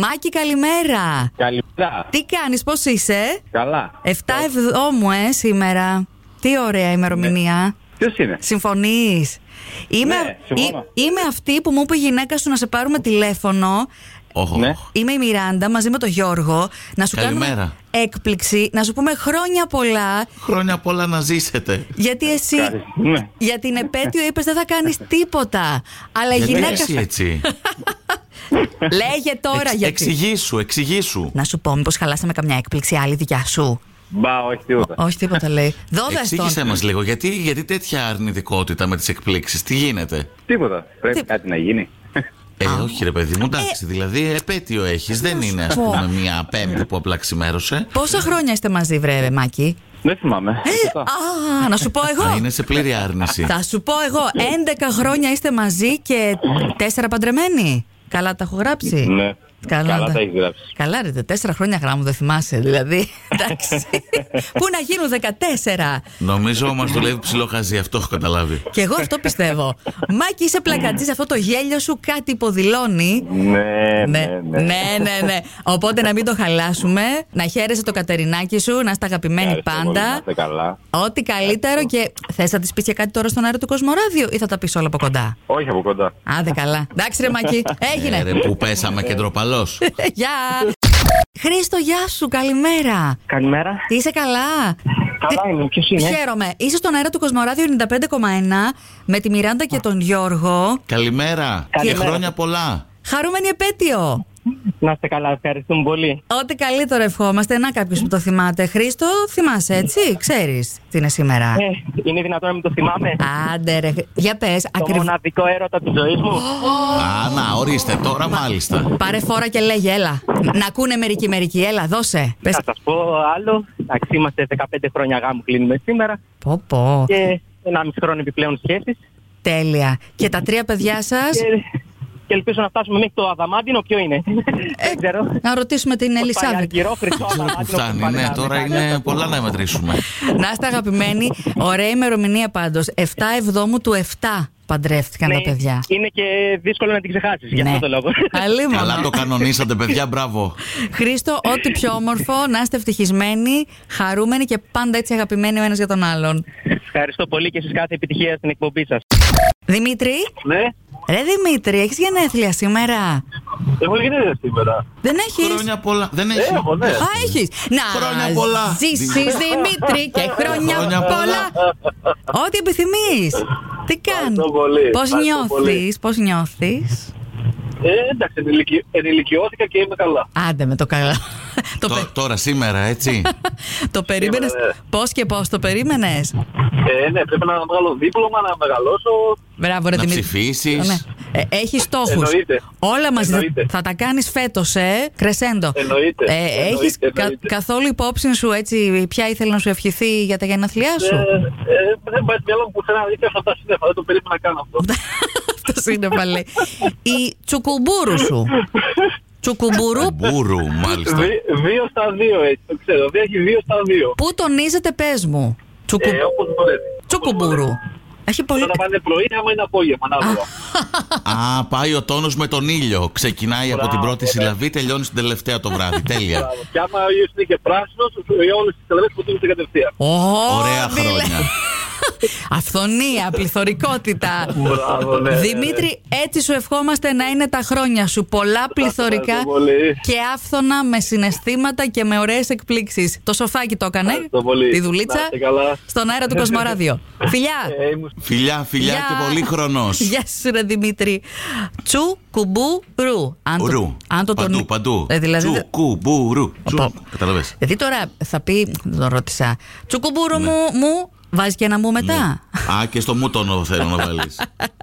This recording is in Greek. Μάκη, καλημέρα. Καλημέρα. Τι κάνεις, πώς είσαι, Καλά. 7 Εβδόμου, ε, σήμερα. Τι ωραία Ναι. ημερομηνία. Ποιος είναι. Συμφωνείς. Είμαι, Ναι, συμφωνώ. είμαι αυτή που μου είπε η γυναίκα σου να σε πάρουμε τηλέφωνο. Οχ, Ναι. οχ. Είμαι η Μιράντα μαζί με τον Γιώργο. Να σου κάνουμε Καλημέρα. έκπληξη, να σου πούμε χρόνια πολλά. Χρόνια πολλά να ζήσετε. Γιατί εσύ Ευχαριστούμε. για την επέτειο είπες δεν θα κάνεις τίποτα. Αλλά η Γιατί Ε, γυναίκα. έτσι, έτσι. Λέγε τώρα Εξ- γιατί. Εξηγήσου, εξηγήσου. Να σου πω, μήπως χαλάσαμε καμιά έκπληξη άλλη δικιά σου. Μπα, όχι τίποτα. Όχι, τίποτα λέει. Δώδε Εξήγησέ τον. μας λίγο, γιατί, γιατί τέτοια αρνητικότητα με τις εκπλήξεις, τι γίνεται. Τίποτα. Πρέπει Τι- κάτι να γίνει. Ε, όχι ρε παιδί μου, εντάξει, δηλαδή επέτειο έχεις, δεν είναι ας πω. πούμε μια πέμπτη που απλά ξημέρωσε. Πόσα χρόνια είστε μαζί, βρε, Μάκη. Δεν θυμάμαι. Σωστά. Ε, Α, να σου πω Α, εγώ. είναι σε πλήρη άρνηση. Θα σου πω εγώ. 11 χρόνια είστε μαζί και 4 παντρεμένοι. Καλά τα έχω γράψει. Ναι. Καλά τα έχει γράψει. Καλά, ρε, τέσσερα χρόνια γράμμου δεν θυμάσαι, δηλαδή. Εντάξει. Πού να γίνουν 14. Νομίζω μας δουλεύει ψηλό χαζί, αυτό έχω καταλάβει. Και εγώ αυτό πιστεύω. Μάκη, είσαι πλακατζής. Αυτό το γέλιο σου κάτι υποδηλώνει. Ναι, Ναι, ναι, ναι, ναι, ναι. Οπότε να μην το χαλάσουμε. Να χαίρεσαι το Κατερινάκι σου, να είστε αγαπημένοι Ευχαριστώ πολύ, να πάντα. είστε καλά. Ό,τι καλύτερο και θες να της πεις και κάτι τώρα στον αέρα του Κοσμοράδιο ή θα τα πεις όλα από κοντά. Όχι από κοντά. Άντε καλά. Εντάξει, ρε Μακή. Ε, Έγινε. ρε, που πέσαμε και ντροπαλός. Γεια. Χρήστο, γεια σου. Καλημέρα. Καλημέρα. Είσαι καλά. Καλά είμαι, ποιος είναι. Χαίρομαι. Είσαι στον αέρα του Κοσμοράδιο 95,1 με τη Μιράντα και τον Γιώργο. Καλημέρα και Καλημέρα. χρόνια πολλά. Χαρούμενη επέτειο. Να είστε καλά, ευχαριστούμε πολύ. Ό,τι καλύτερο ευχόμαστε. Να κάποιος που το θυμάται. Χρήστο, θυμάσαι έτσι. Ξέρεις τι είναι σήμερα. Ε, είναι δυνατόν να μην το θυμάμαι. Άντε ρε. Για πες. Το μοναδικό έρωτα της ζωής μου. Α, να, ορίστε τώρα μάλιστα. Πάρε φόρα και λέγε, έλα. Να ακούνε μερικοί μερικοί, έλα, δώσε. Πες, Θα σας πω άλλο. Εντάξει, είμαστε 15 χρόνια γάμου, κλείνουμε σήμερα. πω πω, Και ένα μισό χρόνο επιπλέον σχέσης. τέλεια. Και τα τρία παιδιά σας, Και, και ελπίζω να φτάσουμε μέχρι το αδαμάντινο. Ποιο είναι. Ε, Δεν ξέρω. να ρωτήσουμε την Πώς πάει, Ελισάβετ. Αργυρό, χρυσό, Ξέρω που αδαμάντινο. φτάνει, πώς ναι, πάει, τώρα ναι. είναι πολλά να μετρήσουμε. Να είστε αγαπημένοι, ωραία ημερομηνία πάντως. 7 Εβδόμου του 7 παντρεύτηκαν τα Ναι, παιδιά. Ναι. Είναι και δύσκολο να την ξεχάσεις για αυτό το λόγο. Αλίμονο. Καλά το κανονίσατε, παιδιά, μπράβο. Χρήστο, ό,τι πιο όμορφο, να είστε ευτυχισμένοι, χαρούμενοι και πάντα έτσι αγαπημένοι ο ένας για τον άλλον. Ευχαριστώ πολύ και εσείς κάθε επιτυχία στην εκπομπή σας. Δημήτρη, Ναι, ρε Δημήτρη, έχεις γενέθλια σήμερα. εγώ γίνεται σήμερα. Δεν έχεις. Χρόνια πολλά. Δεν έχεις. Έχω, ναι. Α, έχεις. Να Χρόνια πολλά. ζήσεις, Δημήτρη, και χρόνια, Χρόνια πολλά. πολλά. Ό,τι επιθυμείς. Τι κάνει. Ευχαριστώ πολύ. Πώς Ευχαριστώ νιώθεις, πολύ. πώς νιώθεις. Ε, εντάξει, ενηλικι- ενηλικιώθηκα και είμαι καλά. Άντε με το καλά. το, Τω- πε- Τώρα, σήμερα, έτσι. το περίμενες. Είμαι, ναι. Πώς και πώς το περίμενες. Ε, ναι, πρέπει να βγάλω δίπλωμα, να μεγαλώσω. Μπράβο, ρε Να Δημήτρη. Ναι. ψηφίσεις. Έχεις στόχους. Εννοείται. Όλα μαζί θα, Εννοείται. θα τα κάνεις φέτος, ε. Κρεσέντο. Εννοείται. Εννοείται, Έχεις εννοείται. καθόλου υπόψη σου έτσι, ποια ήθελε να σου ευχηθεί για τα γενέθλιά σου. Ε, ε, δεν πάει στο μυαλό μου πουθενά, δεν ξέρω τα σύννεφα, δεν το περίμενα καν αυτό. Αυτό είναι πάλι. Η τσουκουμπούρου σου. Τσουκουμπούρου. Μπούρου, Ε, μάλιστα. Δι- Δύο στα δύο, έτσι, το ξέρω. Δεν έχει δύο στα δύο. Πού τονίζεται, πες μου. Τσουκου... Ε, όπως μπορείτε. Τσουκουμπούρου. Έχει πολύ. Τώρα πάνε πρωί, άμα είναι απόγευμα, ανάλογα. Α, πάει ο τόνος με τον ήλιο. Ξεκινάει από την Μπράβο, πρώτη ναι. συλλαβή, τελειώνει την τελευταία το βράδυ. Τέλεια. Μπράβο. Και άμα ο ήλιος είναι και πράσινος, για όλες τις τελετές που δίνεται κατευθείαν. Ω, Ωραία μίλε. χρόνια. Αυθονία, πληθωρικότητα. Μπράβο, ναι, ναι, ναι. Δημήτρη, έτσι σου ευχόμαστε να είναι τα χρόνια σου. Πολλά πληθωρικά ευχαριστώ πολύ. και άφθονα με συναισθήματα και με ωραίες εκπλήξεις. Το σοφάκι το έκανε. Ευχαριστώ πολύ. Τη Να δουλίτσα. είστε καλά. Στον αέρα του Κοσμοράδιο. Φιλιά! Ε, ήμουν Φιλιά, φιλιά Γεια. και πολύ χρονό. Γεια σου, ρε Δημήτρη. Τσου κουμπού ρου. Αν το- Ρου. Αν το τον- παντού, παντού. Ε, δηλαδή, Τσου, κου, μπου, ρου. Τσου. Οπα. Καταλαβες. Δηλαδή τώρα θα πει, δεν τον ρώτησα, Ναι. τσου κουμπού ρου μου, μου, βάζεις και ένα μου μετά. Α, και στο μου τόνο θέλω να βάλεις.